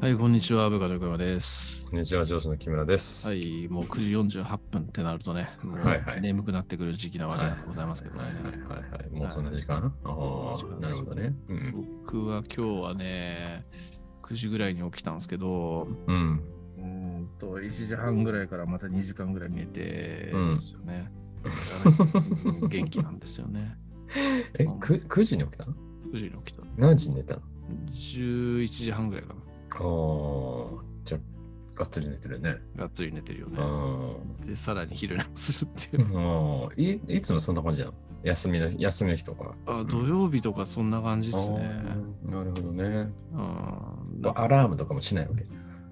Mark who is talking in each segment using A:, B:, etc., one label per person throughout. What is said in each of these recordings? A: はい、こんにちは、部下の横山です。
B: こんにちは、上司の木村です。
A: は。い、もう9時48分ってなるとね、もう
B: はいはい
A: 眠くなってくる時期なわけでございますけどね。
B: はいはいはいはい。もうそんな時間、あ
A: そん
B: あ、
A: な
B: な
A: 時間
B: るほどね。うん。
A: 僕は今日はね、9時ぐらいに起きたんですけど、
B: うん。
A: うーんと1時半ぐらいからまた2時間ぐらい寝てるんですよね。うん元気なんですよね。
B: え、く9時に起きたの
A: 9時に起きた。
B: 何時に寝たの
A: 11時半ぐらいかな。
B: ああ、じゃあ、がっつり寝てるね。
A: がっつり寝てるよね
B: あ。ー
A: で、さらに昼寝をするって
B: あ
A: いう。
B: ー。いいつもそんな感じなの休みの休みの日とか。
A: あ土曜日とかそんな感じっすね。
B: あーなるほどね。
A: うん
B: アラームとかもしないわけ。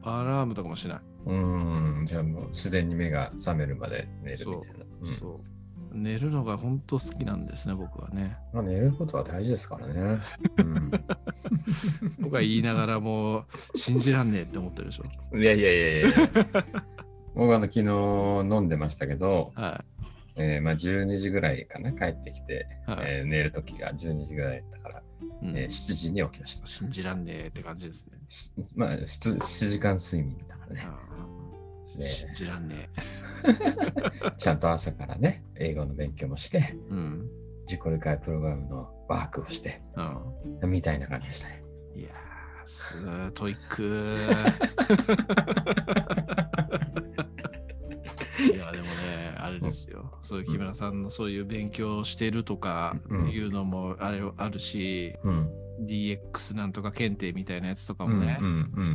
A: アラームとかもしない。
B: うん。じゃあもう自然に目が覚めるまで寝るみたいな。うん
A: そう。寝るのが本当好きなんですね、僕は ね。
B: まあ、寝ることは大事ですからね。 うん
A: 僕は言いながらも、信じらんねえって思ってるでしょ。
B: いやいやいやい やいや。僕あの昨日飲んでましたけど、
A: は
B: えーまあ、12時ぐらいかな帰ってきて、
A: い。はい。
B: えー寝る時が12時ぐらいだから、
A: うん
B: えー7時に起きました。
A: 信じらんねえって感じですね。
B: しまあ7、7時間睡眠だからね。
A: あー
B: ねえ
A: 信じらんねえ。
B: ちゃんと朝からね、英語の勉強もして、
A: うん。
B: 自己理解プログラムのワークをして、
A: うん
B: みたいな感じでしたね。
A: いやー、すートイックいや、でもね、あれですよ。そういう木村さんのそういう勉強をしてるとかいうのもあれあるし、
B: うん。
A: DX なんとか検定みたいなやつとか
B: うんう
A: も
B: ん
A: ね、
B: う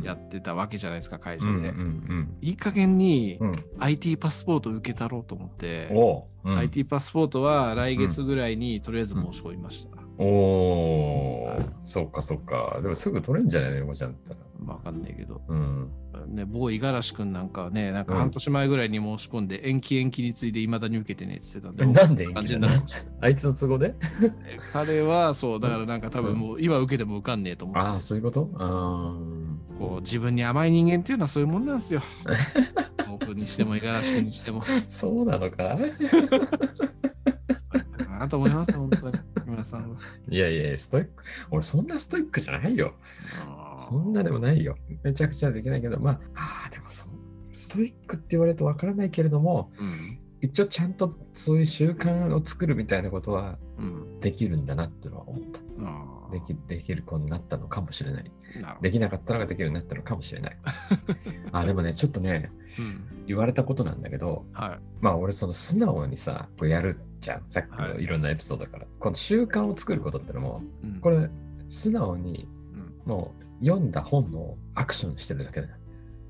B: ん。
A: やってたわけじゃないですか、会社
B: う
A: で。
B: んうん
A: いい加減に
B: うん。うん。
A: IT パスポート受けたろうと思って、
B: おううん
A: IT パスポートは来月ぐらいにとりあえず申し込みました。
B: お
A: は
B: ー
A: い
B: そっかそっか。でもすぐ取れんじゃないの横ちゃんだったら。
A: まあ、わかんないけど、
B: うん。
A: ね、某五十嵐くんなんかはね、なんか半年前ぐらいに申し込んで、延期延期についでいまだに受けてねって言ってたんで、
B: なんで延
A: 感
B: 期
A: じ
B: な
A: に
B: の
A: なる。
B: あいつの都合で
A: 彼はそう、だからなんか多分もう今受けても受かんねえと思
B: あ
A: っ
B: あ、
A: て、
B: そういうことあ
A: こう自分に甘い人間っていうのはそういうもんなんです よ。僕にしても五十嵐くんにしても。
B: あ、そうなのか
A: だなと思います、本 当に。木村さんは。
B: いやいや、ストイック。俺そんなストイックじゃないよ。そんなでもないよ。めちゃくちゃできないけど、まあ、ああ、でもそう。ストイックって言われるとわからないけれども、
A: うん。
B: 一応ちゃんとそういう習慣を作るみたいなことは
A: うん。
B: できるんだなってのは思った。
A: ああ
B: できできる子になったのかもしれない。
A: なるほど
B: できなかったのができるようになったのかもし れない。あでもね、ちょっとね、
A: うん
B: 言われたことなんだけど、
A: はい。
B: まあ俺その素直にさ、こうやるじゃん。さっき
A: は
B: の
A: い
B: いろんなエピソードから。この習慣を作ることってのも、
A: うん
B: これ素直に
A: うん
B: もう読んだ本のアクションしてるだけだよ。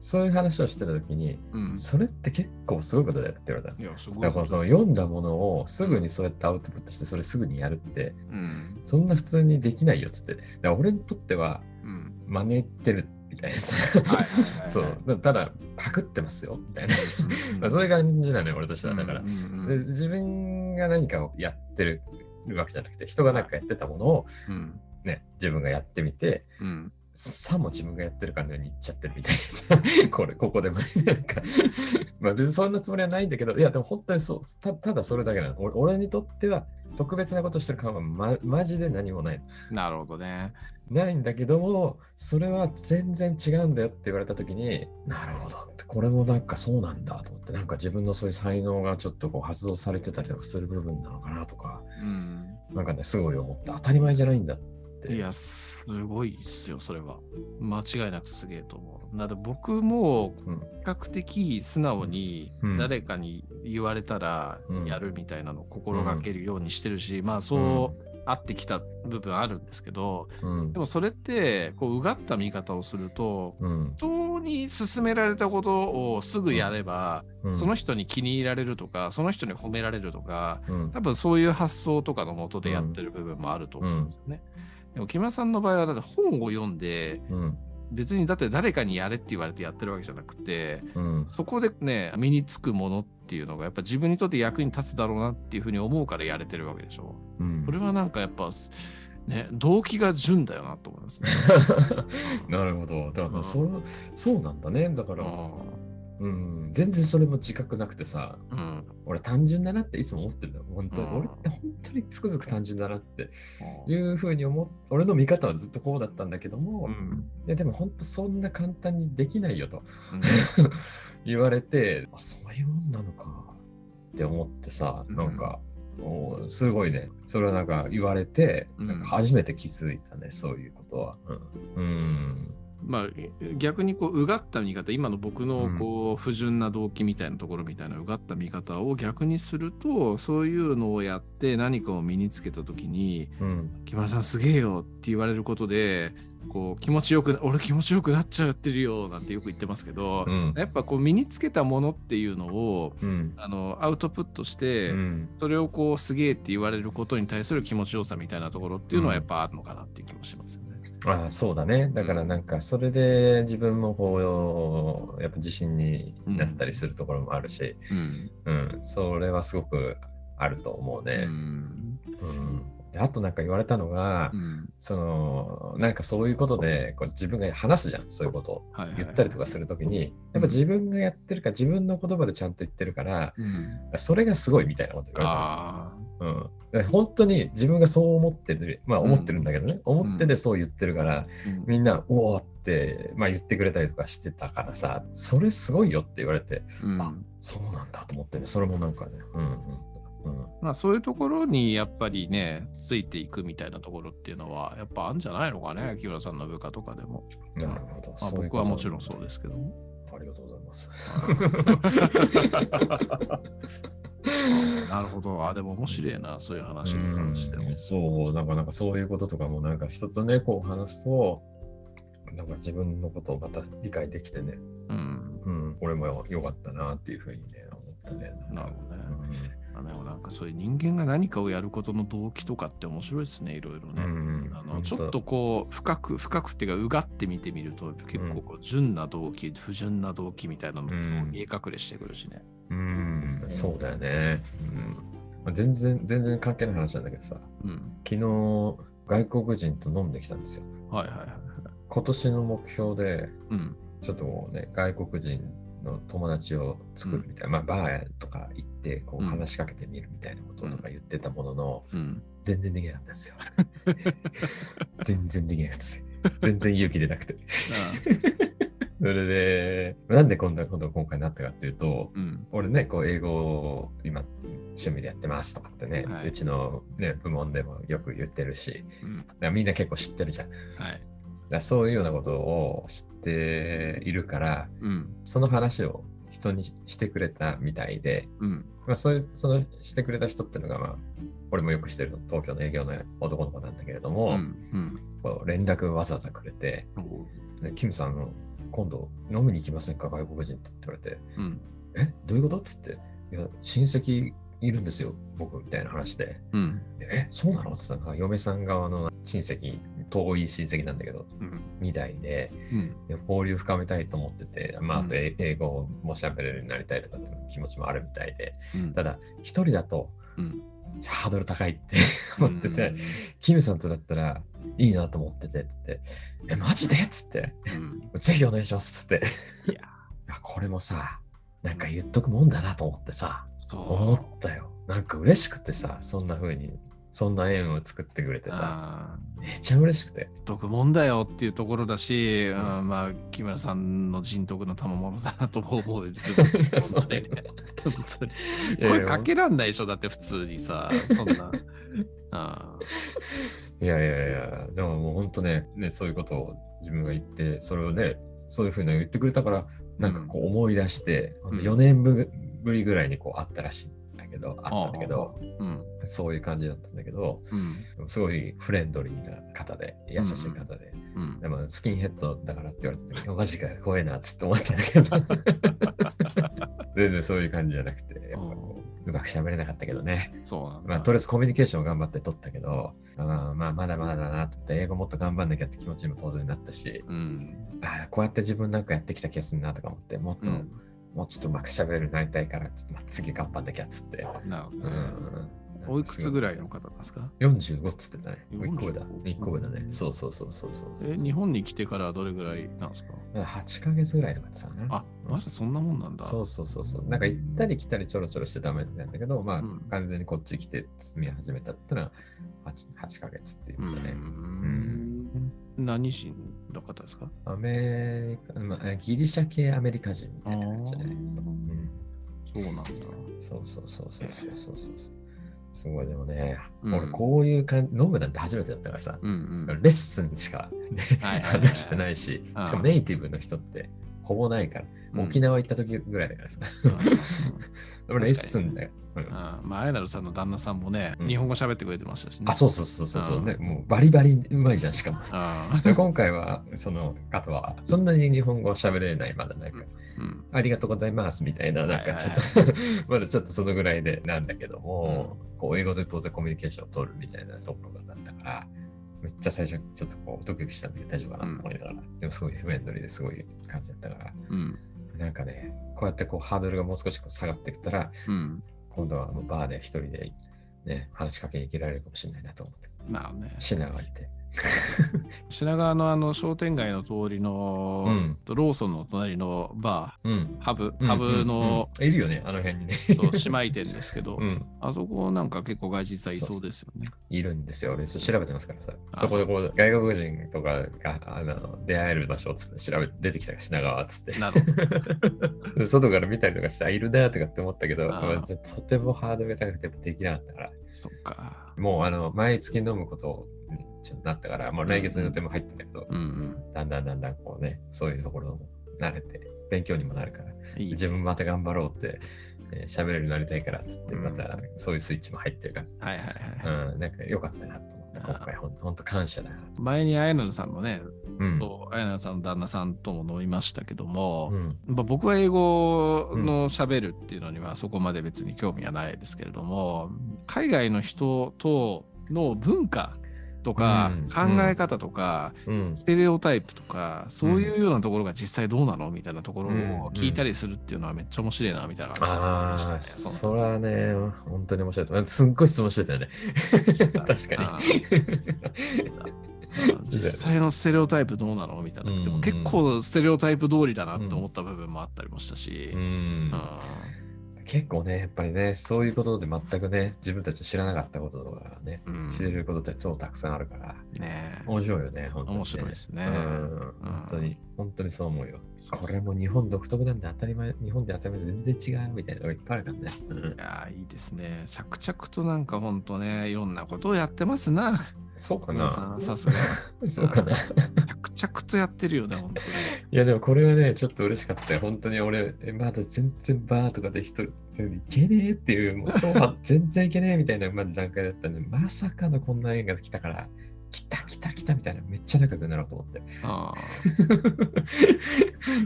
B: そういう話をしてるときに、
A: うん。
B: それって結構すごいことだよって言われたの。
A: いや、すごい。
B: だからその読んだものをすぐにそうやってアウトプットしてそれすぐにやるって
A: うん。
B: そんな普通にできないよっつってだから俺にとっては
A: うん。
B: 真似てるみたいな
A: は
B: さ、
A: いはいはいはい。。
B: そううんだからただパクってますよみたいな、
A: うん
B: まあそういう感じなのよ俺としてはだから
A: う、んうん
B: で自分が何かをやってるわけじゃなくて人が何かやってたものを、
A: うん。
B: ね、自分がやってみて
A: うん。
B: さも自分がやってるかのように言っちゃってるみたいな さこれここでもなんかまあ別にそんなつもりはないんだけどいやでも本当にそうたただそれだけなの俺俺にとっては特別なことしてる感は、ま、マジで何もない
A: なるほどね。
B: ないんだけどもそれは全然違うんだよって言われた時になるほどってこれもなんかそうなんだと思ってなんか自分のそういう才能がちょっとこう発動されてたりとかする部分なのかなとか
A: うん。
B: なんかねすごい思った当たり前じゃないんだって
A: いや、すごいっすよ、それは。間違いなくすげえと思う。だって僕も
B: うん
A: 比較的素直に
B: うん
A: 誰かに言われたら
B: うん
A: やるみたいなのを心がけるようにしてるし、まあそうあってきた部分あるんですけど、
B: うん
A: でもそれってこううがった見方をすると
B: うん
A: 人に勧められたことをすぐやれば、
B: うん
A: その人に気に入られるとかその人に褒められるとか
B: うん
A: 多分そういう発想とかのもとでやってる部分もあると思うんですよね。でも木村さんの場合はだって本を読んで
B: うん
A: 別にだって誰かにやれって言われてやってるわけじゃなくて
B: うん
A: そこでね、身につくものっていうのが、やっぱ自分にとって役に立つだろうなっていうふうに思うからやれてるわけでしょ。
B: うん
A: それはなんかやっぱ、ね、動機が純だよなと思いますね。
B: なるほど。だか
A: うん
B: らそう、そうなんだね。だから、
A: う
B: うん、全然それも自覚なくてさ、
A: うん。
B: 俺単純だなっていつも思ってるの。本当、
A: うん
B: 俺って本当につくづく単純だなっていうふうに思っ俺の見方はずっとこうだったんだけども、
A: う
B: い
A: ん。
B: やでも本当そんな簡単にできないよと
A: うん
B: 言われて、あそういうもんなのかって思ってさ、なんか、もうすごいね、それはなんか言われて、
A: うん
B: なんか初めて気づいたね、そういうことは。うん。うん
A: まあ逆にこううがった見方今の僕のこう不純な動機みたいなところみたいなうがった見方を逆にするとそういうのをやって何かを身につけた時に
B: うん
A: 「木村さんすげえよ」って言われることでこう気持ちよく「俺気持ちよくなっちゃってるよ」なんてよく言ってますけど
B: うん
A: やっぱこう身につけたものっていうのを
B: うん
A: あのアウトプットして、
B: うん
A: それをこうすげえって言われることに対する気持ちよさみたいなところっていうのは
B: うん
A: やっぱあるのかなっていう気もしますよね。
B: ああそうだね。だからなんかそれで自分もこうやっぱ自信になったりするところもあるし、
A: うん。
B: うん、それはすごくあると思う
A: う
B: ね。
A: ん。
B: うんであとなんか言われたのが、
A: うん
B: そのなんかそういうことでこう自分が話すじゃんそういうことを
A: はいはい
B: 言ったりとかするときに、やっぱ自分がやってるから自分の言葉でちゃんと言ってるから
A: うん
B: それがすごいみたいなこと言われた
A: あ
B: の。うん、だから本当に自分がそう思ってる、まあ思ってるんだけどね、思っててそう言ってるから、
A: あ。
B: みんな、おおって、まあ、言ってくれたりとかしてたからさ、それすごいよって言われて、
A: うん
B: あそうなんだと思ってね、それもなんかね、うんうん。
A: まあそういうところにやっぱりねついていくみたいなところっていうのはやっぱあるんじゃないのかね木村さんの部下とかでも、
B: うん、なるほど。
A: まあ、
B: そう
A: 僕
B: いうこと
A: はもちろんそうですけども
B: ありがとうございます。
A: なるほどあでも面白いなそういう話に関しても
B: うんそう、なんかなんかそういうこととかも、なんか人とね、こう話すと、なんか自分のことをまた理解できてね、
A: うん
B: うん、俺も良かったなっていうふうにね、思ったね。
A: なるほどね
B: うん
A: あでもなんかそういう人間が何かをやることの動機とかって面白いですねいろいろね、
B: うん
A: あのちょっとこう深く深くっていうかうがって見てみると結構こう純な動機、不純な動機みたいなのも
B: うん
A: 見え隠れしてくるしね、
B: うん、そうだよね。うんまあ、全然、全然関係ない話なんだけどさ、
A: うん、
B: 昨日、外国人と飲んできたんですよ。
A: はいはいはい
B: 今年の目標で、
A: うん
B: ちょっともうね、外国人の友達を作るみたいな、まあ、バーとか行って、こう
A: うん
B: 話しかけてみるみたいなこととか言ってたものの、
A: うん
B: 全然できなかったんですよ。 全然できなかったです。全然勇気出なくて。それで、なんでこんなことが今回なったかっていうと、
A: うん
B: 俺ね、こう英語を今趣味でやってますとかってね、
A: はいう
B: ちの、ね、部門でもよく言ってるし、
A: うん
B: だからみんな結構知ってるじゃん。だか
A: はい
B: らそういうようなことを知っているから、
A: うん
B: その話を人にしてくれたみたいで、
A: うん
B: まあ、そういう、そのしてくれた人っていうのが、まあ、俺もよく知ってる東京の営業の男の子なんだけれど
A: う
B: も、
A: ん
B: こう連絡わざわざくれて、
A: うんおう
B: でキムさんあの、今度飲みに行きませんか、外国人って言われて、
A: うん
B: えどういうことっつって、いや、親戚いるんですよ、僕みたいな話で、
A: うん
B: え、そうなのって言ったら、嫁さん側の親戚、遠い親戚なんだけど、
A: うん
B: みたいで、
A: うん
B: いや交流深めたいと思ってて、まあ、
A: うん
B: あとえ英語も喋れるようになりたいとかっていう気持ちもあるみたいで、
A: うん
B: ただ、一人だと、
A: うん
B: ハードル高いって 思ってて、キムさんとだったらいいなと思ってて、つって、え、マジでっつって、
A: うん
B: ぜひお願いしますっつって。
A: いや
B: や、これもさ、なんか言っとくもんだなと思ってさ、思
A: そ
B: ったよ。なんか嬉しくてさ、そんな風に、そんな縁を作ってくれ
A: う
B: てさ、
A: あー
B: めっちゃ嬉しくて。
A: 徳んだよっていうところだし、うんまあ木村さんの人徳の賜物だなとも思うよ
B: そう
A: 本当
B: だ
A: に
B: よ
A: ね本当に声かけらんないでしょだって普通にさそんな あ
B: いやいやいや、でももう本当ね、ね、そういうことを自分が言って、それをね、そういうふうに言ってくれたから、なんかこう思い出して、
A: うん
B: 4年ぶぶりぐらいにこう会ったらしいんだけど、あったんだけど、
A: ーうん
B: そういう感じだったんだけど、
A: うん
B: すごいフレンドリーな方で、優しい方で、
A: うん
B: でもスキンヘッドだからって言われた時、マジか怖いなっつって思ったんだけど、 全然そういう感じじゃなくて、やっぱこううまく喋れなかったけどね。
A: そうなんだ
B: まあ、とりあえずコミュニケーションを頑張って取ったけど、あーまあ、まだまだだなと思って、英語もっと頑張んなきゃって気持ちにも当然なったし、
A: うん
B: あーこうやって自分なんかやってきた気がするなとか思って、もっ
A: う
B: と、
A: ん
B: もうちょっとうまく喋れるようになりたいから、ちょっとまあ次頑張んなきゃっつって、
A: なるほ
B: う
A: どね
B: ん、
A: おいくつぐらいの方なんですか
B: ?45 っつってたね。もう1
A: 45
B: 個上だ。1個上だね。そうそうそうそうそうそう。
A: え、日本に来てからどれぐらいなんですか
B: 8ヶ月ぐらいとかってさ、
A: あ、まだそんなもんなんだ。
B: そうそうそうそう。なんか行ったり来たりちょろちょろしてダメなんだけど、まあ、
A: うん
B: 完全にこっち来て住み始めたってのは 8, 8ヶ月って
A: う
B: 言ってたね。
A: ん。何人の方ですか
B: アメリカ、まあ、ギリシャ系アメリカ人みたいな感じだね。
A: あー
B: そううん
A: そうなんだ。
B: そうそうそうそうそうそうそうそう。すごいでもね、
A: うん
B: 俺こういう感じ、飲むなんて初めてだったからさ、
A: うんうん。
B: レッスンしか、ね
A: はいはいはい
B: 話してないし、
A: うん
B: しかもネイティブの人ってほぼないから、沖
A: 縄
B: 縄行った時ぐらいだからさ、俺レッスンだよ。うん
A: まあ、綾成さんの旦那さんもね、
B: うん
A: 日本語喋ってくれてましたしね。
B: あ、そうそうそうそうそう、
A: うん
B: ね、もうバリバリうまいじゃん、しかも。
A: あ
B: で今回は、その方は、そんなに日本語喋れない、まだなんか、
A: ーうん
B: ありがとうございますみたいな、なんかちょっと、 まだちょっとそのぐらいでなんだけども、こう英語で当然コミュニケーションを取るみたいなところがあったから、めっちゃ最初ちょっとこうドキドキしたんだけど大丈夫かなと思いながら、でもすごいフレンドリーですごい感じだったから、
A: うん
B: なんかね、こうやってこうハードルがもう少しこう下がってきたら、
A: うん。
B: 今度はもうバーで一人で、ね、話しかけに行けられるかもしれないなと思って、
A: まあね、
B: 品川行って。
A: 品川のあの商店街の通りの、
B: うん
A: ローソンの隣のバ
B: うん。
A: ー、ハブ、
B: うん
A: ハブの、、
B: うんうんいるよね、あの辺にね。
A: そう姉妹店ですけど、
B: うん。
A: あそこなんか結構外人さんいそうですよね。
B: いるんですよ。俺、ちょっと調べてますからさ。
A: あ
B: そこでこう外国人とかがあの出会える場所をつって調べて出てきたから品川っつ って。
A: なるほど。
B: で外から見たりとかして、あ、いるなとかって思ったけど、
A: あー
B: まあちょっととてもハードルが高くてできなかったから、
A: そっか。
B: もうあの毎月飲むことにちょっとなったから、もう来月の予定も入ってんだけど、
A: うん
B: だんだんだんだんこうね、そういうところも慣れて、勉強にもなるから、
A: うん。いい。
B: 自分また頑張ろうって、えー喋れるようになりたいからっつって、
A: うん
B: またそういうスイッチも入ってるから。
A: はいはいはい。
B: うん、なんか良かったなと思った。今回ほんほんと感謝だな。
A: 前に綾成さんもね、
B: うん。
A: そう綾成さんの旦那さんとも飲みましたけども、
B: うん。
A: まあ、僕は英語の喋るっていうのにはそこまで別に興味はないですけれども、海外の人との文化とか
B: うん
A: 考え方とか、
B: うん。
A: ステレオタイプとか、そういうようなところが実際どうなのみたいなところを聞いたりするっていうのはめっちゃ面白いなみたいな話になり
B: あ
A: ました
B: あ、
A: ねそ
B: そらね、本当に面白いと思う。すっごい質問してた よね。
A: の
B: 確かに。
A: うん実際のステレオタイプどうなのみたいなくて
B: うんう
A: も
B: ん
A: 結構ステレオタイプ通りだなって思った部分もあったりもしたし、
B: う
A: うんん
B: 結構ね、やっぱりね、そういうことで全くね、自分たちの知らなかったこととかね、
A: うん
B: 知れることって超たくさんあるから、
A: ねえ
B: 面白いよね、本当に、
A: 面白いですね
B: うん、本当に、本当にそう思うよ。これも日本独特なんで当たり前、日本で当たり前で全然違うみたいなのがいっぱいあるからね。うん
A: い、やーいいですね。着々となんかほんとね、いろんなことをやってますな。
B: そうか
A: 皆
B: な
A: さん、さすが。
B: そうかな
A: 着々とやってるよね、ほんとに。
B: いやでもこれはね、ちょっと嬉しかったよ。本当に俺、えまだ全然バーとかで一人で行けねえっていう、もう超は全然行けねえみたいなまだ段階だったんで、まさかのこんな縁が来たから、来た来た来たみたいな、めっちゃ仲良くなろうと思って。
A: あ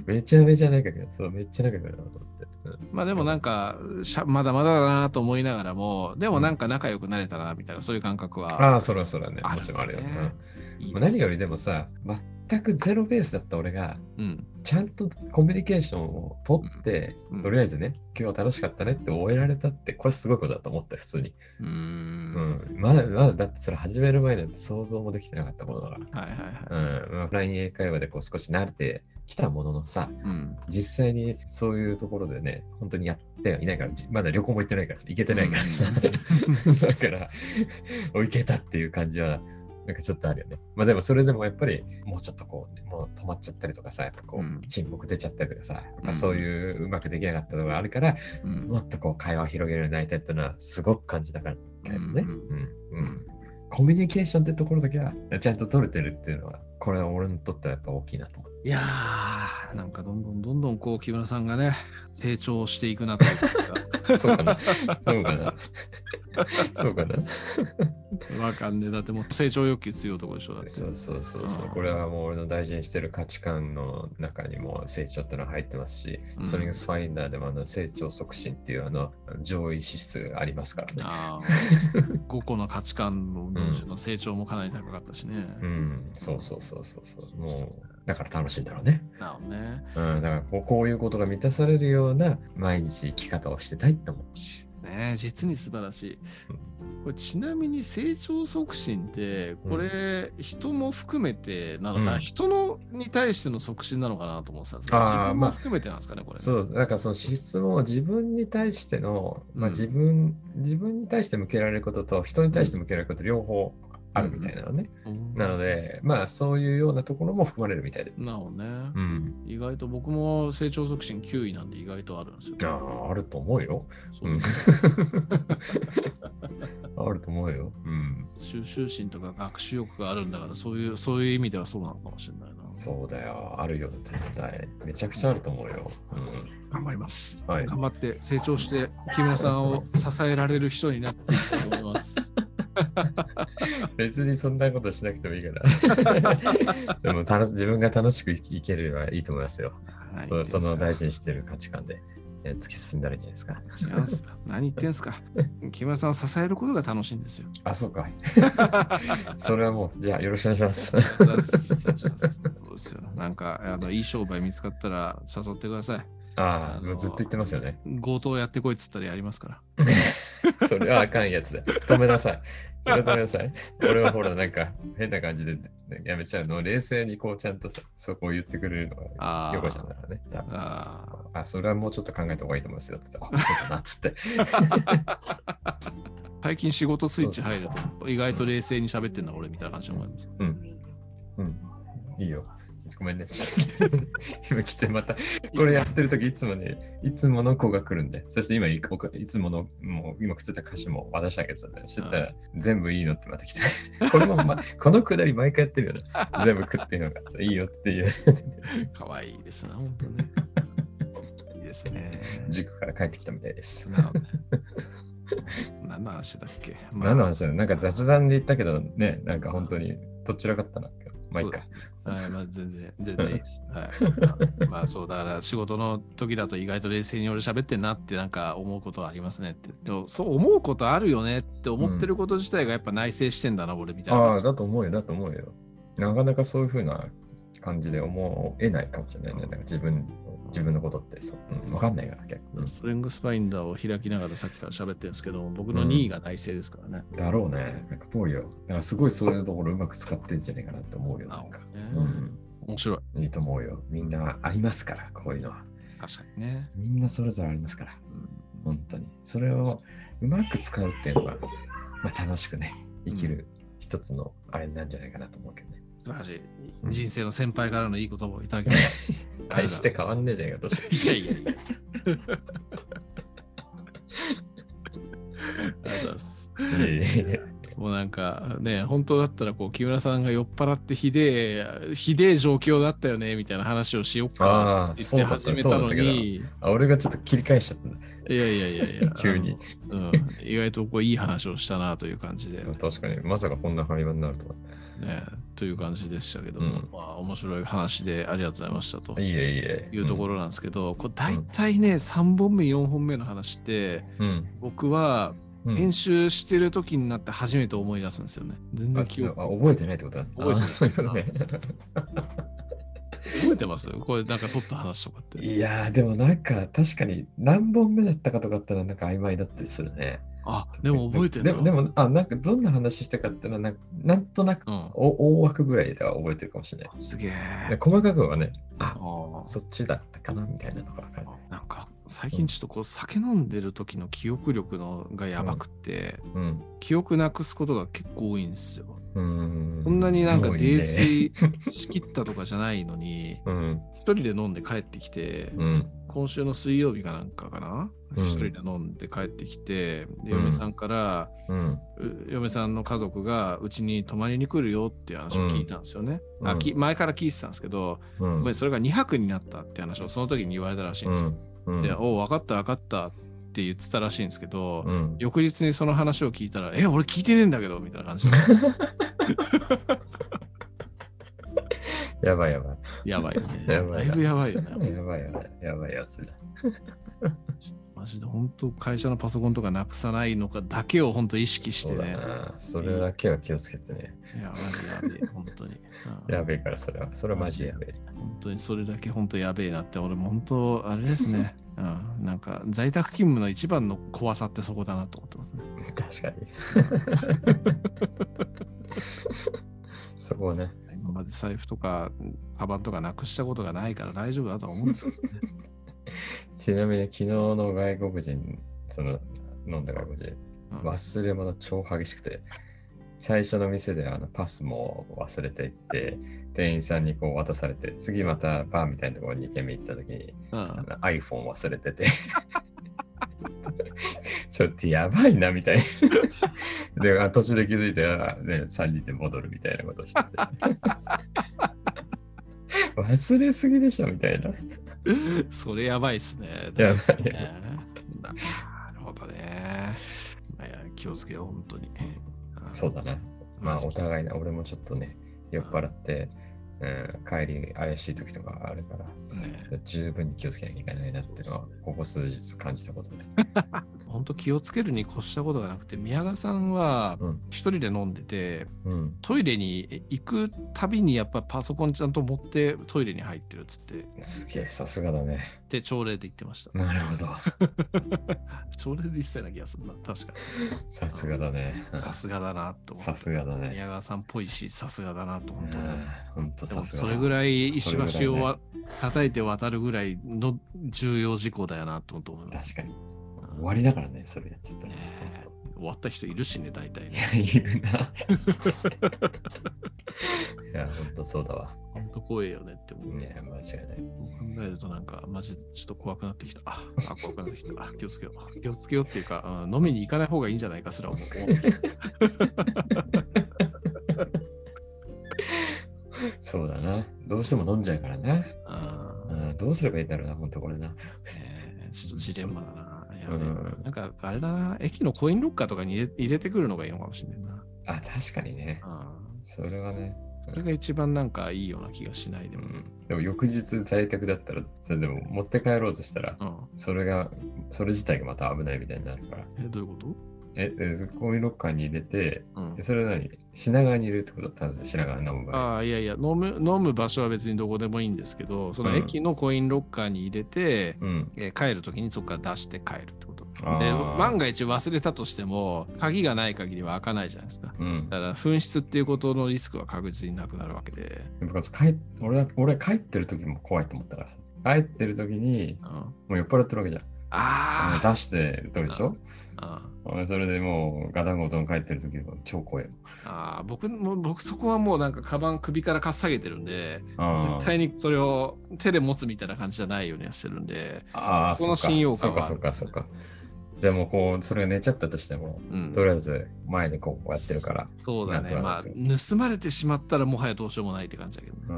B: めちゃめちゃ仲良くなろう。そう、めっちゃ仲良くなろうと思って。うん
A: ーまあでもなんか、しゃまだまだだなと思いながらも、でもなんか仲良くなれたな、みたいな、そういう感覚は。
B: ああ、そろそろね、もちろんあるよ。
A: ね
B: うん
A: いい
B: ま
A: で
B: あ
A: す
B: 何よりでもさ、全くゼロベースだった俺が、
A: うん。
B: ちゃんとコミュニケーションを取って、
A: うん
B: とりあえずね、今日は楽しかったねって終えられたって、これすごいことだと思った、普通に。
A: うー。
B: うんん、まだ、まだだってそれ始める前なんて想像もできてなかったことだか
A: はいはいはい。
B: ら。うん、まあ、フライン英会話でこう少し慣れてきたもののさ、
A: うん。
B: 実際にそういうところでね、本当にやってはいないから、じまだ旅行も行ってないからさ、行けてないからさ、 だから、お行けたっていう感じは、なんかちょっとあるよね。まあでもそれでもやっぱり、もうちょっとこう、もう止まっちゃったりとかさ、やっぱこう、
A: うん
B: 沈黙出ちゃったりとかさ、やっぱそういううまくできなかったのがあるから、
A: うん
B: もっとこう会話を広げるようになりたいっていうのはすごく感じたからだよね。
A: うん
B: うん
A: う
B: うん
A: ん
B: コミュニケーションってところだけはちゃんと取れてるっていうのは、これは俺にとってはやっぱ大きいなと思って。
A: いやー、なんかどんどんどんどんこう、木村さんがね、成長していくなというか。
B: そ うかな。そうかな。そうかな。
A: わかんねえ。だってもう成長欲求強いとこでしょ。だって。
B: そうそうそうそうう。
A: ん
B: これはもう俺の大事にしてる価値観の中にも成長ってのは入ってますし、
A: うん
B: ストリングスファインダーでもあの成長促進っていうあの上位資質がありますからね。
A: あ5個の価値観の文章の成長もかなり高かったしね。
B: うん、そうそうそうそうそう。もう、だから楽しいんだろうね。
A: なおね。
B: うん、だからこうこういうことが満たされるような毎日生き方をしてたいって思う。
A: ですね。実に素晴らしい。これちなみに成長促進って、これ、人も含めてなのか、
B: うん
A: 人のに対しての促進なのかなと思ってたんですけど、
B: あー
A: 自分
B: ま
A: も
B: あ
A: 含めてなんですかね、これ。
B: そう、なんかその質問を自分に対しての、まあ、
A: うん
B: 自分、自分に対して向けられることと人に対して向けられること両方あるみたいなのね。
A: うん
B: なので、まあそういうようなところも含まれるみたいで。
A: なるほどね、
B: うん。
A: 意外と僕も成長促進9位なんで意外とあるんですよ。
B: ああ、あると思うよ。。
A: そううん
B: あると思うよ。うん。
A: 収集心とか学習欲があるんだから、そういう、そういう意味ではそうなのかもしれないな。
B: そうだよ。あるよ、絶対。めちゃくちゃあると思うよ。う
A: 頑張ります。
B: ん。はい。
A: 頑張って成長して、木村さんを支えられる人になっていきたいと思い ます。
B: 別にそんなことしなくてもいい から。でも楽し自分が楽しく生き生ければいいと思いますよ。
A: はい
B: そその大事
A: いい
B: にしてる価値観で、えー突き進んだらいいんじゃないですか。
A: ですよ違うんすよ何言ってんす か。木村さんを支えることが楽しいんですよ。
B: あ、そうか。 それはもう、じゃあよろしくお願いします。
A: そうですよ。なんか、あの、いい商売見つかったら誘ってください。
B: ああ、もうずっと言ってますよね。
A: 強盗やってこいっつったらやりますから。
B: それはあかんやつだ。止めなさい。それ止めなさい。俺はほら、なんか変な感じで、ねやめちゃうのを冷静にこうちゃんとさそこを言ってくれるのが
A: ああ。
B: よかちゃんだからね。だ
A: ああ。
B: あ、それはもうちょっと考えた方がいいと思いますよ。つって、あそうだな、つって。
A: 最近仕事スイッチ入ると意外と冷静に喋ってんだ俺みたいな感じで思います。
B: うん。うん。いいよ。ご めんね。今来てまた、これやってる時いつもね、いつもの子が来るんで、そして今、僕いつもの、もう今くっついた歌詞も渡してあげてたんだよ。してたら、全部いいのってまた来て、 これも、ま、このくだり毎回やってる よね。全部食ってるのが、そういいよっていう、
A: 可愛いですな、本当 ね。いいですね。
B: 塾から帰ってきたみたいです。
A: なるほどね何の話だっけ、まあ
B: 何の話だよ。なんか雑談で言ったけどね、なんか本当に、どちらかったな。まあいいか。
A: そうですはい、まあ全然、全然いいです。はい。まあそう、だから仕事の時だと意外と冷静に俺喋ってんなってなんか思うことはありますねって。でもそう思うことあるよねって思ってること自体がやっぱ内省してんだな、俺みたいな
B: あ
A: 感
B: あ、
A: じ。
B: だと思うよ、だと思うよ。なかなかそういうふうな感じで思えないかもしれないね。なんか自分、自分のことってそう、うん、わかんないから結構。
A: ストレングスファインダーを開きながらさっきから喋ってるんですけど、僕の2位が内省ですからね。
B: だろうね。なんかぽいよ。なんかすごいそういうところうまく使ってんじゃないかなって思うよ。
A: な
B: なん
A: るほ
B: か
A: ど。
B: う
A: ね。
B: ん、
A: 面白い。
B: いいと思うよ。みんなありますから、こういうのは。
A: 確かにね。
B: みんなそれぞれありますから、
A: うん
B: 本当に。それをうまく使うっていうのが、まあ、楽しくね、生きる一つのあれなんじゃないかなと思うけどね。
A: 素晴らしい。
B: うん
A: 人生の先輩からのいい言葉をいただきました。
B: 大して変わん
A: ね
B: ねえじゃんか、年。
A: い やいやいや。ありがとうございます。
B: いやいやいや
A: もうなんかね、本当だったらこう木村さんが酔っ払ってひでえ、ひでえ状況だったよねみたいな話をしよっか
B: ああ、
A: って
B: そ
A: 言
B: う
A: っ
B: だ
A: て
B: った
A: 始
B: ね
A: め
B: そう
A: た
B: だっ
A: の
B: たけど。
A: に、
B: あ俺がちょっと切り返しちゃったんだ。
A: いやいやいやいや、
B: 急に
A: あの。うん、意外とこういい話をしたなという感じで。
B: 確かに、まさかこんな会話になるとは。
A: ね、という感じでしたけども、
B: うん
A: まあ面白い話でありがとうございましたと
B: いえいえ。
A: いうとこ
B: ろ。
A: ろなんですけど、これ大体ね、3本目4本目の話って
B: うん。
A: 僕は
B: うん
A: 編集してる時になって初めて思い出すんですよね。全
B: あ
A: 然記憶
B: あ覚えてないってことだ。
A: 覚えてない
B: あそういうことね。
A: 覚えてますこれなんか撮った話とかって。
B: いやー、でもなんか確かに何本目だったかとかあったらなんか曖昧だったりするね。
A: あでも覚えてる
B: でも、でも、あ、なんかどんな話したかってのはなんかなんとなく
A: うん、
B: お大枠ぐらいでは覚えてるかもしれない。
A: すげえ。
B: で細かくはね、
A: あ
B: あ、
A: ー
B: そっちだったかなみたいなのがわかる。
A: なんか最近ちょっとこう酒飲んでる時の記憶力のがやばくって、
B: うん。
A: 記憶なくすことが結構多いんですよ。
B: うーん
A: そんなになんか
B: 多いね
A: 泥酔しきったとかじゃないのに、
B: うん。
A: 一人で飲んで帰ってきて、
B: うん。
A: 今週の水曜日かなんかかな、
B: うん
A: 一人で飲んで帰ってきて、で
B: うん
A: 嫁さんから、
B: うん。
A: う嫁さんの家族がうちに泊まりに来るよっていう話を聞いたんですよね。
B: うん
A: あ
B: うん
A: き前から聞いてたんですけど、
B: う
A: ごめん
B: ん。
A: それが2泊になったって話をその時に言われたらしいん
B: う
A: ですよ。
B: ん。うん
A: で、おう、分かった分かったって言ってたらしいんですけど、
B: うん。
A: 翌日にその話を聞いたら、え、俺聞いてねえんだけどみたいな感じ で、
B: やばいやばい。
A: やばいよね。
B: やばいな
A: だいぶやばいよね。
B: やばいやばい。やばいやつだ。
A: マジで本当会社のパソコンとかなくさないのかだけを本当意識し
B: そ
A: て
B: うだ
A: ね。
B: な。それだけは気をつけてね。
A: いや、マジや べえ、本当に。うん
B: やべえから、それは。それはマジでやべえ。
A: 本当にそれだけ本当やべえなって、俺も本当、あれですね。うん、なんか在宅勤務の一番の怖さってそこだなと思ってますね。
B: 確かに。 そこはね。
A: 今まで財布とか、カバンとかなくしたことがないから大丈夫だとは思うんですけどね。
B: ちなみに昨日の外国人、その飲んだ外国人、
A: うん
B: 忘れ物超激しくて、最初の店であのパスも忘れていって、店員さんにこう渡されて、次またバーみたいなところに2軒目行った時に、
A: うん
B: あの iPhone 忘れてて。 ちょっとやばいなみたい な。で、あ途中で気づいて、あね、3人で戻るみたいなことしてて。忘れすぎでしょみたいな。
A: それやばいっすね。
B: や
A: ね
B: ばい。
A: なるほどね。いや気をつけよう、本当に。
B: そうだな。まあ、お互いな、俺もちょっとね、酔っ払って、うん、帰り怪しい時とかあるから、
A: ね
B: 十分に気をつけなきゃいけないなっていうのは
A: そうそう、
B: ここ数日感じたことです。
A: 本当気をつけるに越したことがなくて、宮川さんは
B: うん
A: 一人で飲んでて、
B: うん。
A: トイレに行くたびにやっぱパソコンちゃんと持ってトイレに入ってるっつって、
B: すげえ、さすがだね。
A: で、朝礼で言ってました。
B: なるほど。
A: 朝礼で言ってたような気がするな、確か
B: さすがだね。
A: に。さすがだなと思
B: さ
A: って。
B: すがだね。
A: 宮川さんっぽいし、さすがだなと本当に思って。
B: 本当
A: で
B: さ
A: も
B: す
A: そ
B: が
A: れぐ
B: い。
A: らい石
B: それ
A: 橋
B: ぐらい
A: を
B: ね
A: わ叩いて渡るぐらいの重要事項だよなと思います。
B: 確かに。
A: うん
B: 終わりだからね、それやっちゃったら
A: ねえ
B: ほんと
A: 終わった人いるしね、大体
B: い
A: ね。
B: や、いるな。 いや、本当そうだわ。
A: ほんと怖えよねって思う。
B: ね間違いない。
A: 考えるとなんか、マジちょっと怖くなってきた。あ、あ怖くなってきた。あ気をつけよう。気をつけようっていうか、うん飲みに行かない方がいいんじゃないかすら思う。
B: そうだな。どうしても飲んじゃうからな。
A: うん
B: うん、どうすればいいんだろうな、本当これな。
A: ねえちょっとジレンマだな。や
B: う
A: べえ
B: ん。
A: なんか、あれだな。駅のコインロッカーとかに入れ入れてくるのがいいのかもしれないな。
B: あ、確かにね。
A: うん
B: それはね。
A: それが一番なんかいいような気がしないで
B: う
A: も。
B: ん、でも翌日在宅だったら、それでも持って帰ろうとしたら、
A: うん。
B: それが、それ自体がまた危ないみたいになるから。
A: え、どういうこと
B: え、えコインロッカーに入れて、
A: うん
B: え、それは何品川にいるってこと多分品川の場合。
A: ああいやいや飲む飲む場所は別にどこでもいいんですけどその
B: うん
A: 駅のコインロッカーに入れて、
B: うん。
A: えー帰るときにそこから出して帰るってこと
B: あー
A: で万が一忘れたとしても鍵がない限りは開かないじゃないですか
B: うん
A: だ。から紛失っていうことのリスクは確実になくなるわけで、
B: でも帰っ俺は俺は帰ってる時も怖いと思ったからさ。帰ってる時に
A: うん、あ
B: もう酔っ払ってるわけじゃん。あ
A: あ
B: の出してる時でしょ
A: あ
B: 俺それでもうガタンゴトン帰ってる時も超怖いもん。
A: あー僕も僕そこはもうなんかカバン首からかっさげてるんで
B: あ
A: 絶対にそれを手で持つみたいな感じじゃないようにはしてるんで、
B: あー、
A: そこの信用感は
B: そうかそうかそうか。じゃあもうこう、それが寝ちゃったとしても、
A: うん、
B: とりあえず前でこうやってるから。
A: そうだね。
B: な
A: ま
B: ん
A: あ、
B: となく
A: 盗まれてしまったらもはやどうしようもないって感じだけどね。
B: う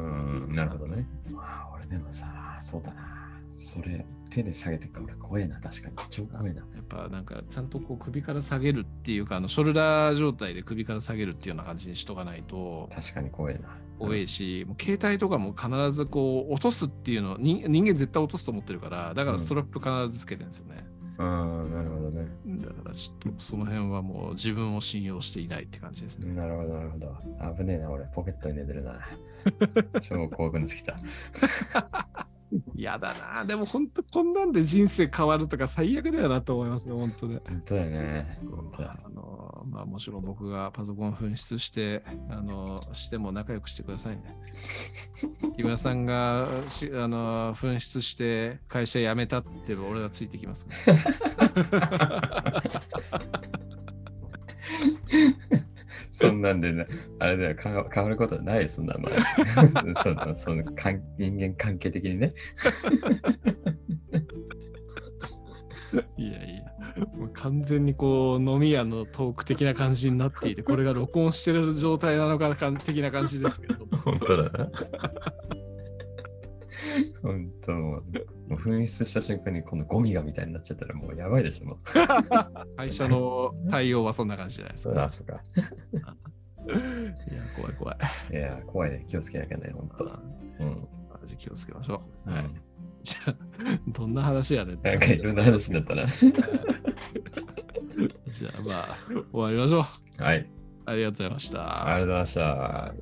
B: ん、なるほどね。まあ、俺でもさ、そうだな。それ、手で下げてくから怖えな、確かに。超怖えな。
A: やっぱなんか、ちゃんとこう首から下げるっていうか、あのショルダー状態で首から下げるっていうような感じにしとかないと
B: 確かに怖えな。
A: 怖いし、もう携帯とかも必ずこう落とすっていうの、人人間絶対落とすと思ってるから、だからストラップ必ずつけてるんですよね。
B: うん、なるほどね。
A: だからちょっとその辺はもう自分を信用していないって感じですね。
B: なるほど、なるほど。危ねえな、俺、ポケットに寝てる な。超興奮してきた。
A: 嫌だな。でも本当こんなんで人生変わるとか最悪だよなと思いますね、本当ね。
B: 本当だよね。本当だ。
A: あのまあ、もちろん僕がパソコン紛失して、あのしても仲良くしてください ね。木村さんがしあの紛失して会社辞めたって俺はついてきますから、
B: そんなんでね、あれだよ、か変わることはないよ、そんな前。 その、その関、人間関係的にね。
A: いやいや、もう完全にこう飲み屋のトーク的な感じになっていて、これが録音してる状態なのかなかん的な感じですけど。
B: 本当だな。本当もう紛失した瞬間にこのゴミがみたいになっちゃったらもうやばいでしょも
A: 会社の対応はそんな感じじゃないです
B: う。
A: か。
B: あそうか。
A: いや、怖い怖い。
B: いやー怖いね気をつけなきゃね本当。うん。
A: 味気をつけましょう。
B: は
A: はいい、。じゃあ、どんな話やねんって
B: なんかいろんな話になったな。
A: じゃあまあ終わりましょう。
B: はい。
A: ありがとうございました。
B: ありがとうございました。